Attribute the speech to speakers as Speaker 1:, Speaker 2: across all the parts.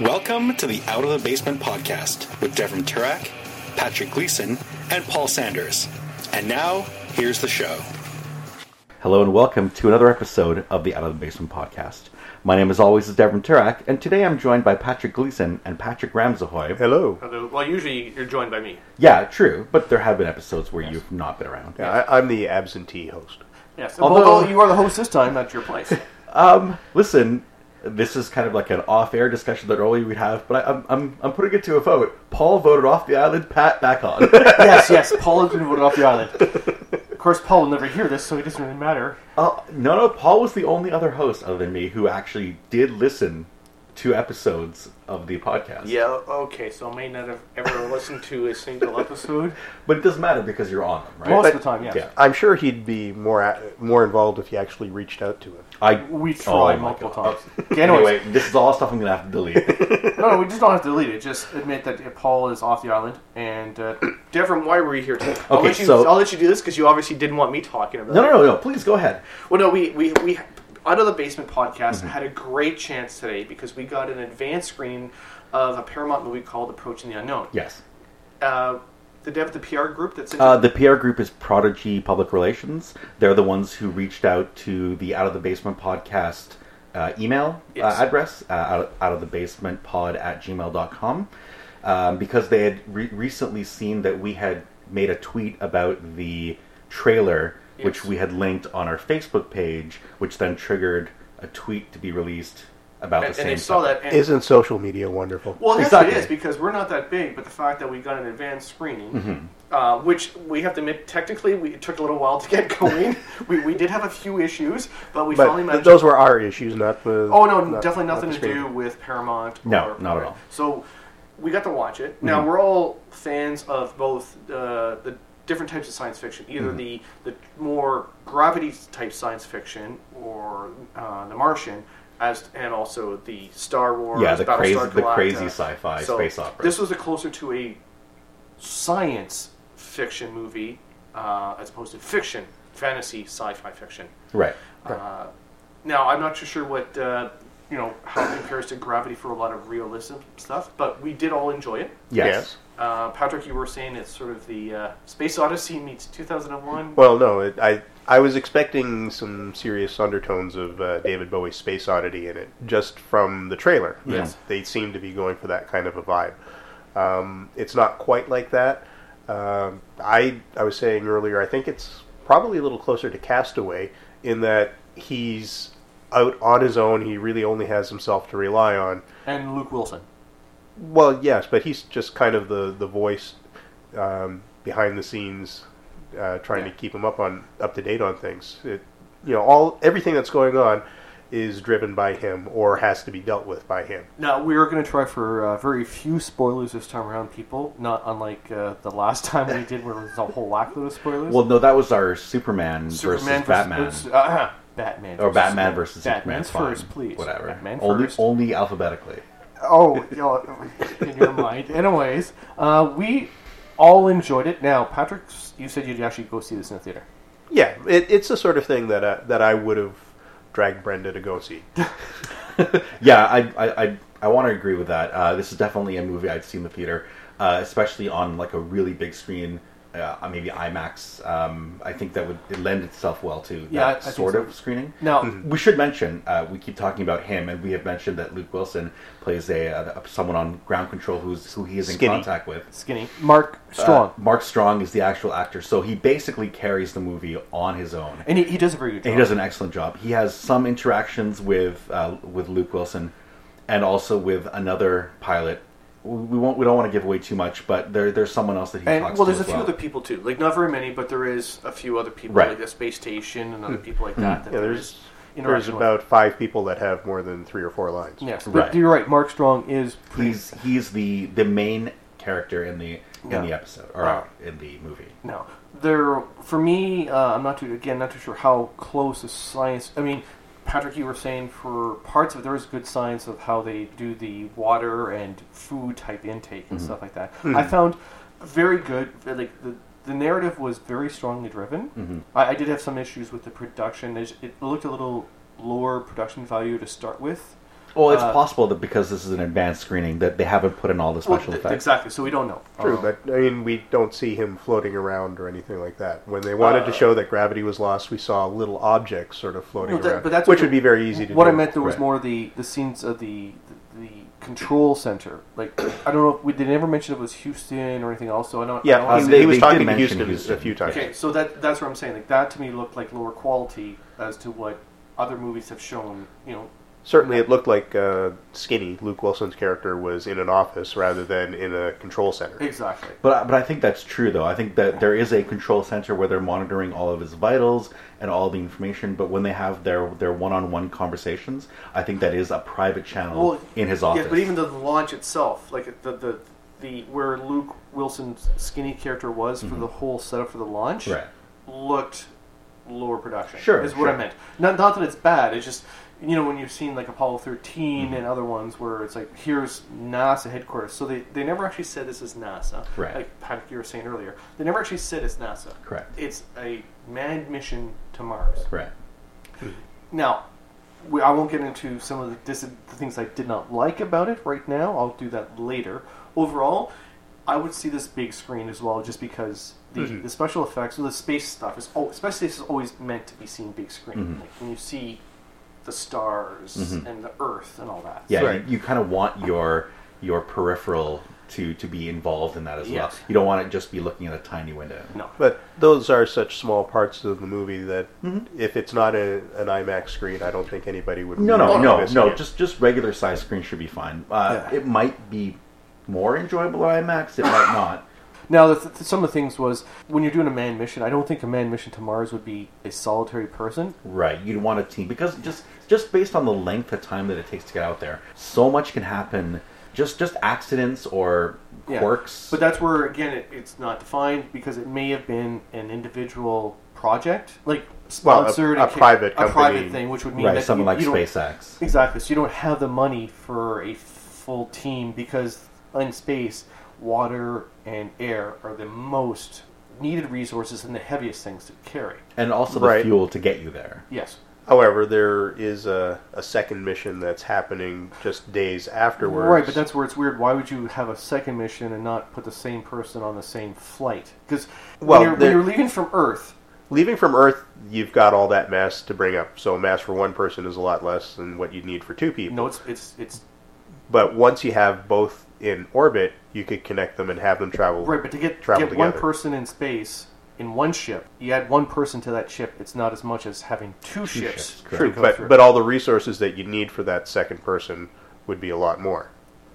Speaker 1: Welcome to the Out of the Basement podcast with Devram Turak, Patrick Gleason, and Paul Sanders. And now, here's the show.
Speaker 2: Hello and welcome to another episode of the Out of the Basement podcast. My name, as always, is Devram Turak, and today I'm joined by Patrick Gleason and Patrick Ramsahoy.
Speaker 3: Hello.
Speaker 4: Although, well, usually you're joined by me.
Speaker 2: Yeah, true, but there have been episodes where you've not been around.
Speaker 3: Yeah, I, I'm the absentee host.
Speaker 4: Yes.
Speaker 2: Although-
Speaker 4: Although, you are the host this time, at your place.
Speaker 2: Listen, this is kind of like an off-air discussion that normally we'd have, but I, I'm, I'm I'm putting it to a vote. Paul voted off the island, Pat back on.
Speaker 4: yes, yes. Paul has been voted off the island. Of course, Paul will never hear this, so it doesn't really matter.
Speaker 2: Uh, no, no, Paul was the only other host other than me who actually did listen to episodes of the podcast.
Speaker 4: Yeah. Okay, so I may not have ever listened to a single episode.
Speaker 2: But it doesn't matter because you're on them, right?
Speaker 4: Most
Speaker 3: But-
Speaker 4: of the time, yes.
Speaker 2: yeah.
Speaker 3: I'm sure he'd be more a- more involved if you actually reached out to him.
Speaker 2: I
Speaker 4: We
Speaker 2: Oh my
Speaker 4: try multiple
Speaker 2: God.
Speaker 4: times. Okay, anyways,
Speaker 2: Anyway, this is all stuff I'm gonna have to delete.
Speaker 4: no, no, we just don't have to delete it. Just admit that uh, Paul is off the island. And uh, Devram, why were you here today? I'll
Speaker 2: Okay,
Speaker 4: let you,
Speaker 2: so-
Speaker 4: I'll let you do this because you obviously didn't want me talking about
Speaker 2: No,
Speaker 4: it.
Speaker 2: no, no, no. Please go ahead.
Speaker 4: Well, no, we we we out of the basement podcast
Speaker 2: Mm-hmm.
Speaker 4: had a great chance today because we got an advanced screening of a Paramount movie called Approaching the Unknown.
Speaker 2: Yes.
Speaker 4: Uh, the dev, the PR group that's in
Speaker 2: Uh, the PR group is Prodigy Public Relations. They're the ones who reached out to the Out of the Basement podcast uh, email
Speaker 4: Yes.
Speaker 2: uh, address, uh, out, out of the basement pod at gmail.com, um, because they had re- recently seen that we had made a tweet about the trailer, which
Speaker 4: Yes.
Speaker 2: we had linked on our Facebook page, which then triggered a tweet to be released about
Speaker 4: and,
Speaker 2: the same
Speaker 4: and they saw
Speaker 2: topic.
Speaker 4: that. And,
Speaker 3: Isn't social media wonderful?
Speaker 4: well, yes,
Speaker 2: Exactly.
Speaker 4: it is because we're not that big, but the fact that we got an advanced screening,
Speaker 2: Mm-hmm.
Speaker 4: uh, which we have to admit, technically, we, it took a little while to get going. we, we did have a few issues, but we
Speaker 3: but
Speaker 4: finally
Speaker 3: th-
Speaker 4: managed.
Speaker 3: those were our issues, not the.
Speaker 4: Oh no,
Speaker 3: not-
Speaker 4: definitely
Speaker 3: not the
Speaker 4: nothing to
Speaker 3: screen.
Speaker 4: do with Paramount.
Speaker 2: No, not at all. Mm-hmm.
Speaker 4: So we got to watch it. Now we're all fans of both uh, the different types of science fiction, either
Speaker 2: Mm-hmm.
Speaker 4: the the more gravity type science fiction or uh, The Martian. As, and also the Star Wars,
Speaker 2: Yeah, the
Speaker 4: Battlestar
Speaker 2: crazy- the
Speaker 4: Galactica.
Speaker 2: crazy sci-fi
Speaker 4: So
Speaker 2: space opera.
Speaker 4: This was a closer to a science fiction movie uh, as opposed to fiction, fantasy, sci-fi fiction.
Speaker 2: Right.
Speaker 4: Uh, now, I'm not too sure what, uh, you know, how it compares to Gravity for a lot of realism stuff, but we did all enjoy it.
Speaker 2: Yes.
Speaker 3: Yes.
Speaker 4: Uh, Patrick, you were saying it's sort of the uh, Space Odyssey meets 2001.
Speaker 3: Well, no, it, I I was expecting some serious undertones of uh, David Bowie's space oddity in it, just from the trailer.
Speaker 4: Yes.
Speaker 3: they seem to be going for that kind of a vibe. Um, it's not quite like that. Um, I I was saying earlier, I think it's probably a little closer to Castaway in that he's out on his own. He really only has himself to rely on.
Speaker 4: And Luke Wilson.
Speaker 3: Well, yes, but he's just kind of the the voice um, behind the scenes, uh, trying
Speaker 4: Yeah.
Speaker 3: to keep him up on up to date on things. It, you know, all everything that's going on is driven by him or has to be dealt with by him.
Speaker 4: Now, we are going to try for uh, very few spoilers this time around, people, not unlike uh, the last time we did where there was a whole lackload of spoilers.
Speaker 2: Well, no, that was our Superman, versus, Batman.
Speaker 4: versus- uh, Batman.
Speaker 2: or
Speaker 4: versus
Speaker 2: Batman
Speaker 4: Superman.
Speaker 2: versus
Speaker 4: Batman's
Speaker 2: Superman's
Speaker 4: first,
Speaker 2: fine.
Speaker 4: please.
Speaker 2: Whatever.
Speaker 4: Batman
Speaker 2: only
Speaker 4: first.
Speaker 2: only alphabetically.
Speaker 4: Oh, you know, in your mind. Anyways, uh, we all enjoyed it. Now, Patrick, you said you'd actually go see this in the theater.
Speaker 3: Yeah, it, it's the sort of thing that uh, that I would have dragged Brenda to go see.
Speaker 2: Yeah, I I I, I want to agree with that. Uh, this is definitely a movie I'd seen in the theater, uh, especially on like a really big screen. Uh, maybe IMAX. Um, I think that would it lend itself well to that
Speaker 4: Yeah, I- I think
Speaker 2: sort
Speaker 4: so.
Speaker 2: of screening.
Speaker 4: Now,
Speaker 2: we should mention uh, we keep talking about him, and we have mentioned that Luke Wilson plays a, uh someone on ground control who's who he is in
Speaker 3: Skinny.
Speaker 2: contact with.
Speaker 4: skinny Mark Strong,
Speaker 2: Uh, Mark Strong is the actual actor, so he basically carries the movie on his own.
Speaker 4: and he, he does a very good job.
Speaker 2: And he does an excellent job. He has some interactions with uh, with Luke Wilson, and also with another pilot. We we won't. We don't want to give away too much, but there, there's someone else that he
Speaker 4: And
Speaker 2: talks
Speaker 4: well,
Speaker 2: to.
Speaker 4: there's a
Speaker 2: as
Speaker 4: few
Speaker 2: well.
Speaker 4: other people too. Like not very many, but there is a few other people,
Speaker 2: Right. Hmm.
Speaker 4: like the space station and other people like that. that
Speaker 3: Yeah,
Speaker 4: there
Speaker 3: there's
Speaker 4: is
Speaker 3: there's
Speaker 4: interaction with.
Speaker 3: about five people that have more than three or four lines.
Speaker 4: yes, but
Speaker 2: Right.
Speaker 4: you're right. Mark Strong is pretty.
Speaker 2: He's he's the the main character in the in
Speaker 4: Yeah.
Speaker 2: the episode or
Speaker 4: Wow.
Speaker 2: in the movie.
Speaker 4: No, there for me. Uh, I'm not too again not too sure how close the science. I mean, Patrick, you were saying for parts of it, there is good science of how they do the water and food type intake
Speaker 2: Mm-hmm.
Speaker 4: and stuff like that.
Speaker 3: Hmm.
Speaker 4: I found very good. Like the the narrative was very strongly driven.
Speaker 2: Mm-hmm.
Speaker 4: I, I did have some issues with the production. It, it looked a little lower production value to start with.
Speaker 2: Well, it's possible that because this is an advanced screening that they haven't put in all the
Speaker 4: Well,
Speaker 2: special
Speaker 4: th-
Speaker 2: effects.
Speaker 4: exactly. So we don't know.
Speaker 3: True,
Speaker 4: Um,
Speaker 3: but I mean, we don't see him floating around or anything like that. When they wanted to show that gravity was lost, we saw little objects sort of floating
Speaker 4: No, that-
Speaker 3: around,
Speaker 4: but that's
Speaker 3: which
Speaker 4: what-
Speaker 3: would be very easy to
Speaker 4: what
Speaker 3: do.
Speaker 4: I meant there was
Speaker 2: Right.
Speaker 4: more the the scenes of the the control center. Like I don't know, if we, they never mentioned it was Houston or anything else. So I don't. I
Speaker 3: Yeah, um,
Speaker 4: don't
Speaker 3: he-
Speaker 2: Uh,
Speaker 3: he,
Speaker 4: think-
Speaker 2: they-
Speaker 3: was
Speaker 2: they
Speaker 3: talking
Speaker 2: did
Speaker 3: to
Speaker 2: mention
Speaker 3: Houston,
Speaker 2: Houston.
Speaker 3: a few times.
Speaker 4: Okay, so that that's what I'm saying. Like that to me looked like lower quality as to what other movies have shown. You know,
Speaker 3: Certainly, it looked like uh, Skinny Luke Wilson's character was in an office rather than in a control center.
Speaker 4: exactly.
Speaker 2: But but I think that's true though. I think that there is a control center where they're monitoring all of his vitals and all the information. But when they have their their one on one conversations, I think that is a private channel in his office.
Speaker 4: Yes, but even the launch itself, like the the the where Luke Wilson's skinny character was
Speaker 3: Mm-hmm.
Speaker 4: for the whole setup for the launch,
Speaker 2: Right.
Speaker 4: looked lower production.
Speaker 2: Sure,
Speaker 4: is what I
Speaker 2: sure.
Speaker 4: meant. Not not that it's bad. It's just you know when you've seen like Apollo 13
Speaker 2: Mm-hmm.
Speaker 4: and other ones where it's like here's NASA headquarters. So they, they never actually said this is NASA.
Speaker 2: Right.
Speaker 4: Like Patrick, you were saying earlier, they never actually said it's NASA.
Speaker 2: Correct.
Speaker 4: It's a manned mission to Mars.
Speaker 2: right.
Speaker 4: Now, we, I won't get into some of the, dis- the things I did not like about it right now. I'll do that later. Overall, I would see this big screen as well, just because the, the special effects, the space stuff is always, space space is always meant to be seen big screen. Like when you see the stars and the Earth and all that.
Speaker 2: Yeah,
Speaker 3: Right.
Speaker 2: you, you kind of want your your peripheral to to be involved in that as well.
Speaker 4: Yes.
Speaker 2: You don't want it just be looking at a tiny window.
Speaker 4: No.
Speaker 3: But those are such small parts of the movie that if it's not a, an IMAX screen, I don't think anybody would.
Speaker 2: No, no,
Speaker 3: really
Speaker 2: no,
Speaker 3: miss
Speaker 2: no.
Speaker 3: it.
Speaker 2: Just just regular size screen should be fine. Uh,
Speaker 4: Yeah.
Speaker 2: It might be more enjoyable at IMAX. It might not.
Speaker 4: Now, the th- some of the things was when you're doing a manned mission. I don't think a manned mission to Mars would be a solitary person.
Speaker 2: Right, you'd want a team because just just based on the length of time that it takes to get out there, so much can happen. Just just accidents or
Speaker 4: Yeah.
Speaker 2: quirks.
Speaker 4: But that's where again it, it's not defined because it may have been an individual project, like
Speaker 3: Well, a-
Speaker 4: sponsored
Speaker 3: a
Speaker 4: ca-
Speaker 3: private
Speaker 4: a private
Speaker 3: company.
Speaker 4: thing, which would mean
Speaker 2: right,
Speaker 4: that
Speaker 2: something
Speaker 4: you,
Speaker 2: like
Speaker 4: you don't-
Speaker 2: SpaceX.
Speaker 4: Exactly. So you don't have the money for a full team because in space, water and air are the most needed resources and the heaviest things to carry.
Speaker 2: And also the
Speaker 3: Right.
Speaker 2: fuel to get you there.
Speaker 4: Yes.
Speaker 3: However, there is a, a second mission that's happening just days afterwards.
Speaker 4: Right, but that's where it's weird. Why would you have a second mission and not put the same person on the same flight? Because
Speaker 3: Well,
Speaker 4: when, you're, when
Speaker 3: there-
Speaker 4: you're leaving from Earth,
Speaker 3: leaving from Earth. You've got all that mass to bring up, so mass for one person is a lot less than what you need for two people.
Speaker 4: no, it's it's it's
Speaker 3: But once you have both in orbit, you could connect them and have them travel.
Speaker 4: Right, but to get,
Speaker 3: travel
Speaker 4: get one
Speaker 3: together.
Speaker 4: person in space in one ship, you add one person to that ship, it's not as much as having two, ships.
Speaker 2: ships, correct.
Speaker 4: to
Speaker 3: True,
Speaker 4: go
Speaker 3: but
Speaker 4: through.
Speaker 3: but all the resources that you need for that second person would be a lot more.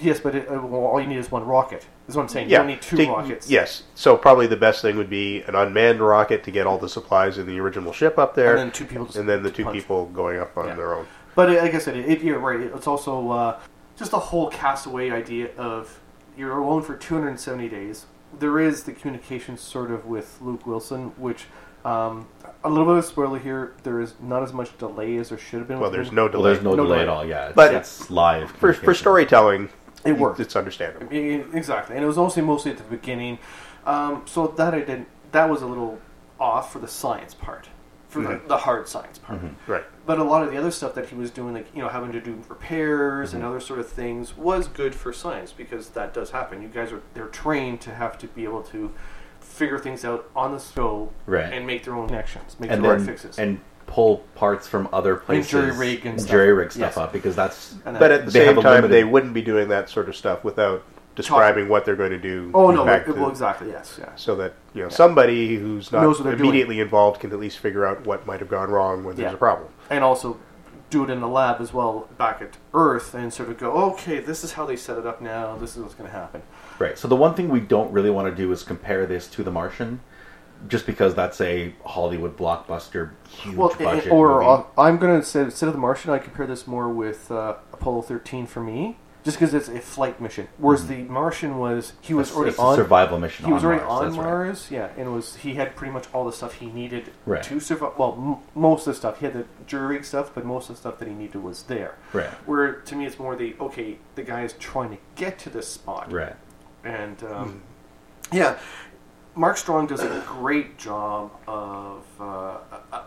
Speaker 4: yes, but it, uh, well, all you need is one rocket. Is what I'm saying. You don't need two
Speaker 3: Take-
Speaker 4: rockets.
Speaker 3: Yes. So probably the best thing would be an unmanned rocket to get all the supplies in the original ship up there,
Speaker 4: and then two people. Just
Speaker 3: and then the two
Speaker 4: punch.
Speaker 3: people going up on
Speaker 4: Yeah.
Speaker 3: their own.
Speaker 4: But uh, like I said, it, it, you're right. It's also uh, just the whole castaway idea of you're alone for 270 days. There is the communication sort of with Luke Wilson, which um, a little bit of a spoiler here. There is not as much delay as there should have been.
Speaker 3: Well,
Speaker 4: with
Speaker 3: there's
Speaker 4: the-
Speaker 3: no
Speaker 2: Well,
Speaker 3: delay.
Speaker 2: there's no,
Speaker 4: No
Speaker 2: delay
Speaker 4: delay.
Speaker 2: at all. Yeah, it's,
Speaker 3: But-
Speaker 2: it's live
Speaker 3: for for
Speaker 2: communication.
Speaker 3: storytelling.
Speaker 4: It worked.
Speaker 3: It's understandable.
Speaker 4: I- I- Exactly, and it was also mostly at the beginning. Um, so that I didn't. That was a little off for the science part, for the, the hard science part.
Speaker 3: Right.
Speaker 4: But a lot of the other stuff that he was doing, like you know, having to do repairs and other sort of things, was good for science because that does happen. You guys are they're trained to have to be able to figure things out on the go
Speaker 2: Right.
Speaker 4: and make their own connections, make
Speaker 2: and
Speaker 4: their own
Speaker 2: then-
Speaker 4: fixes.
Speaker 2: and pull parts from other
Speaker 4: And
Speaker 2: places,
Speaker 4: jury rig and stuff.
Speaker 2: jury rig stuff
Speaker 4: Yes.
Speaker 2: up because that's
Speaker 4: And
Speaker 3: But at the
Speaker 2: They have
Speaker 3: same
Speaker 2: a
Speaker 3: time,
Speaker 2: limited-
Speaker 3: they wouldn't be doing that sort of stuff without describing what they're going to do.
Speaker 4: oh no,
Speaker 3: back
Speaker 4: it,
Speaker 3: to-
Speaker 4: well, exactly, yes, yeah.
Speaker 3: So that you know somebody who's not
Speaker 4: Knows what they're doing.
Speaker 3: immediately involved can at least figure out what might have gone wrong when there's
Speaker 4: Yeah.
Speaker 3: a problem.
Speaker 4: and also do it in the lab as well back at Earth and sort of go, okay, this is how they set it up now. This is what's going to happen.
Speaker 2: Right. So the one thing we don't really want to do is compare this to The Martian, just because that's a Hollywood blockbuster, huge
Speaker 4: Well,
Speaker 2: budget.
Speaker 4: or
Speaker 2: movie.
Speaker 4: uh, I'm going to say instead of the Martian, I compare this more with uh, Apollo 13 for me, just because it's a flight mission. Whereas the Martian was he was
Speaker 2: It's-
Speaker 4: already
Speaker 2: it's Mm-hmm. a
Speaker 4: on
Speaker 2: survival mission.
Speaker 4: He was
Speaker 2: on
Speaker 4: already
Speaker 2: Mars,
Speaker 4: on
Speaker 2: that's right.
Speaker 4: Mars, yeah, and was he had pretty much all the stuff he needed
Speaker 2: Right.
Speaker 4: to survive. Well, m- most of the stuff he had the jury rig stuff, but most of the stuff that he needed was there.
Speaker 2: Right.
Speaker 4: Where to me, it's more the okay, the guy is trying to get to this spot,
Speaker 2: Right.
Speaker 4: and um, yeah, Mark Strong does a great job of uh,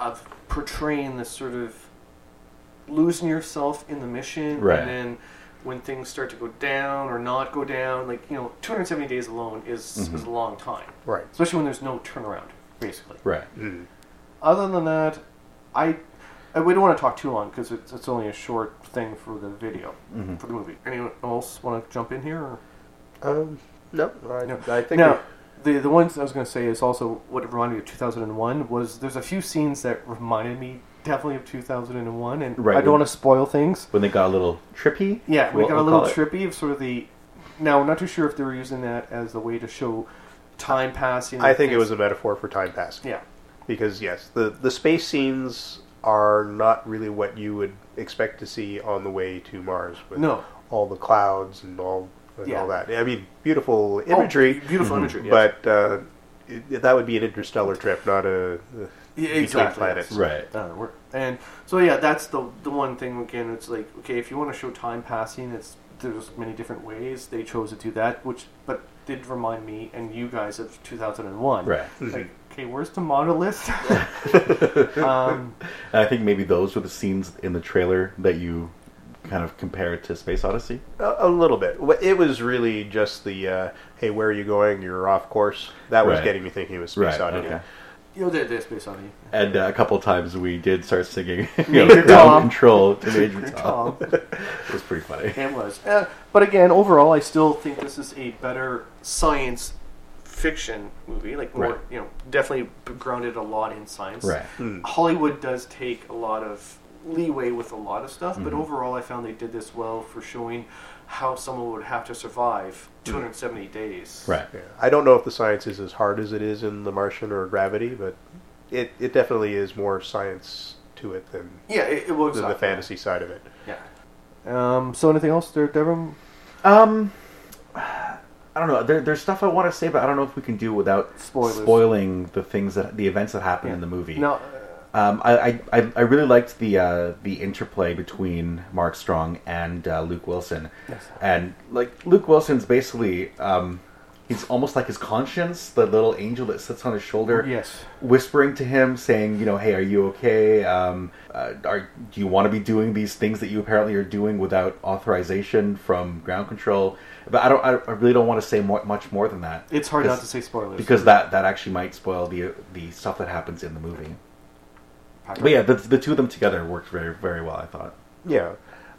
Speaker 4: of portraying this sort of losing yourself in the mission,
Speaker 2: Right.
Speaker 4: and then when things start to go down or not go down, like you know, 270 days alone is is a long time,
Speaker 3: Right.
Speaker 4: especially when there's no turnaround, basically.
Speaker 2: Right.
Speaker 4: Other than that, I, I we don't want to talk too long because it's, it's only a short thing for the video for the movie. Anyone else want to jump in here? Or?
Speaker 3: Um, no, I,
Speaker 4: No.
Speaker 3: I think
Speaker 4: now, the the ones I was going to say is also what it reminded me of 2001 was there's a few scenes that reminded me definitely of 2001, and
Speaker 2: Right,
Speaker 4: I don't
Speaker 2: when-
Speaker 4: want to spoil things.
Speaker 2: When they got a little trippy.
Speaker 4: Yeah, we
Speaker 2: we'll-
Speaker 4: got a
Speaker 2: we'll
Speaker 4: little
Speaker 2: call it.
Speaker 4: trippy of sort of the. Now, I'm not too sure if they were using that as the way to show time passing.
Speaker 3: I think it
Speaker 4: things-
Speaker 3: was a metaphor for time passing.
Speaker 4: Yeah,
Speaker 3: Because yes, the the space scenes are not really what you would expect to see on the way to Mars with
Speaker 4: No.
Speaker 3: all the clouds and all and
Speaker 4: Yeah.
Speaker 3: all that. I mean, beautiful imagery,
Speaker 4: Oh, beautiful imagery. yes.
Speaker 3: but uh, it, that would be an interstellar trip, not a.
Speaker 4: Yeah,
Speaker 3: between
Speaker 4: E, exactly.
Speaker 3: planets.
Speaker 2: Right.
Speaker 4: Uh, we're- and so yeah, that's the the one thing again. It's like okay, if you want to show time passing, it's there's many different ways they chose to do that, which but did remind me and you guys of 2001.
Speaker 2: Right.
Speaker 3: Mm-hmm.
Speaker 4: Like, okay, where's the monolith? um,
Speaker 2: And I think maybe those were the scenes in the trailer that you kind of compared to Space Odyssey.
Speaker 3: A, a little bit. Wh- It was really just the uh, "Hey, where are you going? You're off course." That was
Speaker 2: Right.
Speaker 3: getting me thinking it was space
Speaker 2: Right,
Speaker 3: oddity.
Speaker 2: okay.
Speaker 4: you know, there- there's space on you.
Speaker 2: And uh, a couple times we did start singing you
Speaker 4: Major
Speaker 2: know, ground
Speaker 4: Tom.
Speaker 2: control to Major Tom.
Speaker 4: Tom.
Speaker 2: It was pretty funny.
Speaker 4: It Oh, was. Uh, but again, overall, I still think this is a better science fiction movie. Like more,
Speaker 2: Right.
Speaker 4: you know, definitely grounded a lot in science.
Speaker 2: Right.
Speaker 3: Hmm.
Speaker 4: Hollywood does take a lot of leeway with a lot of stuff,
Speaker 2: Mm-hmm.
Speaker 4: but overall, I found they did this well for showing how someone would have to survive 270 days.
Speaker 2: Hmm. Right.
Speaker 3: Yeah. I don't know if the science is as hard as it is in The Martian or Gravity, but it, it definitely is more science to it than,
Speaker 4: Yeah, it, it was
Speaker 3: than the
Speaker 4: up.
Speaker 3: fantasy side of it.
Speaker 4: Yeah. Um, so anything else there, Devon?
Speaker 2: Um, I don't know. There, there's stuff I want to say, but I don't know if we can do without
Speaker 4: Spoilers.
Speaker 2: spoiling the things that the events that happen in the movie.
Speaker 4: No. uh,
Speaker 2: Um, I, I- I I really liked the uh, the interplay between Mark Strong and uh, Luke Wilson, and like Luke Wilson's basically um, he's almost like his conscience, the little angel that sits on his shoulder,
Speaker 4: Yes.
Speaker 2: whispering to him, saying, you know, hey, are you okay? Um, uh, are do you want to be doing these things that you apparently are doing without authorization from ground control? But I don't, I, I really don't want to say more, much more than that.
Speaker 4: It's hard not
Speaker 2: Because-
Speaker 4: to say spoilers.
Speaker 2: because that that actually might spoil the the stuff that happens in the movie.
Speaker 4: Patrick?
Speaker 2: But yeah, the, the two of them together worked very very well. I thought.
Speaker 3: Yeah.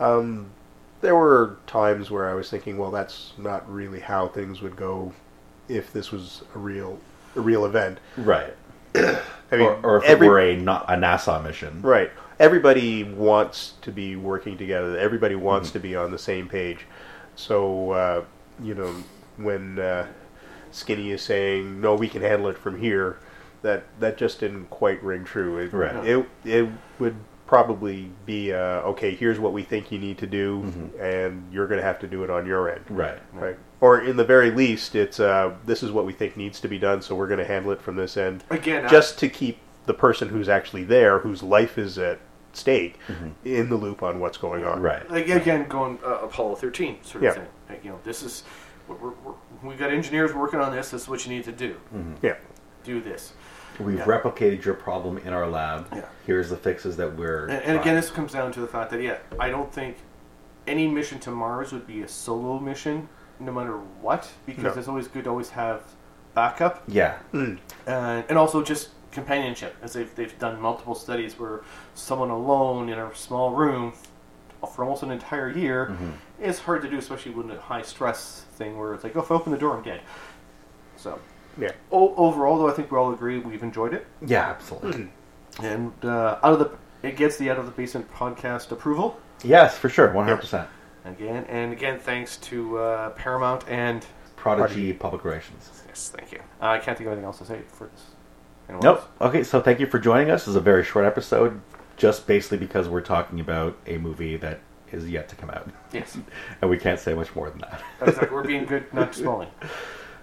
Speaker 3: Um, there were times where I was thinking, well, that's not really how things would go if this was a real a real event.
Speaker 2: Right.
Speaker 3: I mean,
Speaker 2: or, or if
Speaker 3: every-
Speaker 2: it were a not a NASA mission.
Speaker 3: Right. Everybody wants to be working together. Everybody wants
Speaker 2: Mm-hmm.
Speaker 3: to be on the same page. So, uh, you know, when uh, Skinny is saying, "No, we can handle it from here," that that just didn't quite ring true. It
Speaker 2: Right.
Speaker 3: it, it would probably be uh, okay. Here's what we think you need to do, and you're going to have to do it on your end.
Speaker 2: Mm-hmm. Right.
Speaker 3: Right. Or in the very least, it's uh, this is what we think needs to be done, so we're going to handle it from this end
Speaker 4: Again, I-
Speaker 3: just to keep the person who's actually there, whose life is at stake, in the loop on what's going on.
Speaker 2: Right.
Speaker 4: like again going uh, Apollo 13 sort of
Speaker 3: Yeah.
Speaker 4: thing. Like, you know, this is we're, we're, we're, we've got engineers working on this. This is what you need to do.
Speaker 3: Yeah.
Speaker 4: Do this.
Speaker 2: We've
Speaker 4: Yeah.
Speaker 2: replicated your problem in our lab.
Speaker 4: Yeah.
Speaker 2: Here's the fixes that we're.
Speaker 4: And, and again,
Speaker 2: trying.
Speaker 4: this comes down to the fact that yeah, I don't think any mission to Mars would be a solo mission, no matter what, because
Speaker 3: No.
Speaker 4: it's always good to always have backup
Speaker 2: Yeah.
Speaker 4: uh, and also just companionship, as they've they've done multiple studies where someone alone in a small room for almost an entire year is hard to do, especially when a high stress thing where it's like, oh, if I open the door, I'm dead. So.
Speaker 3: Yeah.
Speaker 4: O- overall, though, I think we all agree we've enjoyed it,
Speaker 2: Yeah.
Speaker 4: Mm.
Speaker 2: Absolutely.
Speaker 4: and uh, out of the it gets the out of the basement podcast approval
Speaker 2: yes, for sure. One hundred percent.
Speaker 4: again, and again thanks to uh, Paramount and
Speaker 2: Prodigy Public Relations.
Speaker 4: yes, thank you. Uh, I can't think of anything else to say for this. Anyone
Speaker 2: Nope.
Speaker 4: else?
Speaker 2: Okay, so thank you for joining us. This is a very short episode, just basically because we're talking about a movie that is yet to come out,
Speaker 4: Yes,
Speaker 2: and we can't say much more than that.
Speaker 4: exactly. We're being good, not spoiling.